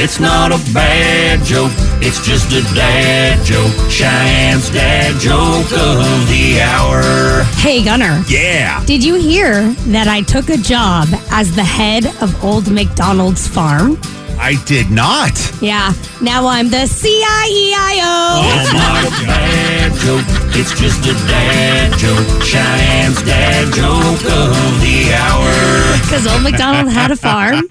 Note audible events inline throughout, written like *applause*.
It's not a bad joke, it's just a dad joke. Cheyenne's dad joke of the hour. Hey, Gunner. Yeah. Did you hear that I took a job as the head of Old McDonald's farm? I did not. Yeah. Now I'm the E CIEIO. It's not a bad joke, it's just a dad joke. Cheyenne's dad joke of the Oh. hour. Because Old McDonald had a *laughs* farm.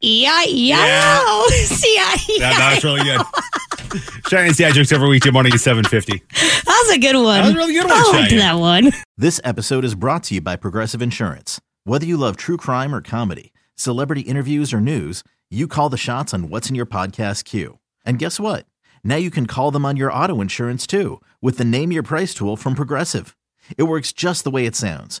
E E-I-E-I-O. *laughs* Yeah. CIEIO. No, that was really good. Cheyenne's dad jokes every weekday morning at 750. That was a good one. That was a really good one, I liked Cheyenne. that one. This episode is brought to you by Progressive Insurance. Whether you love true crime or comedy, celebrity interviews or news, you call the shots on what's in your podcast queue. And guess what? Now you can call them on your auto insurance too with the Name Your Price tool from Progressive. It works just the way it sounds.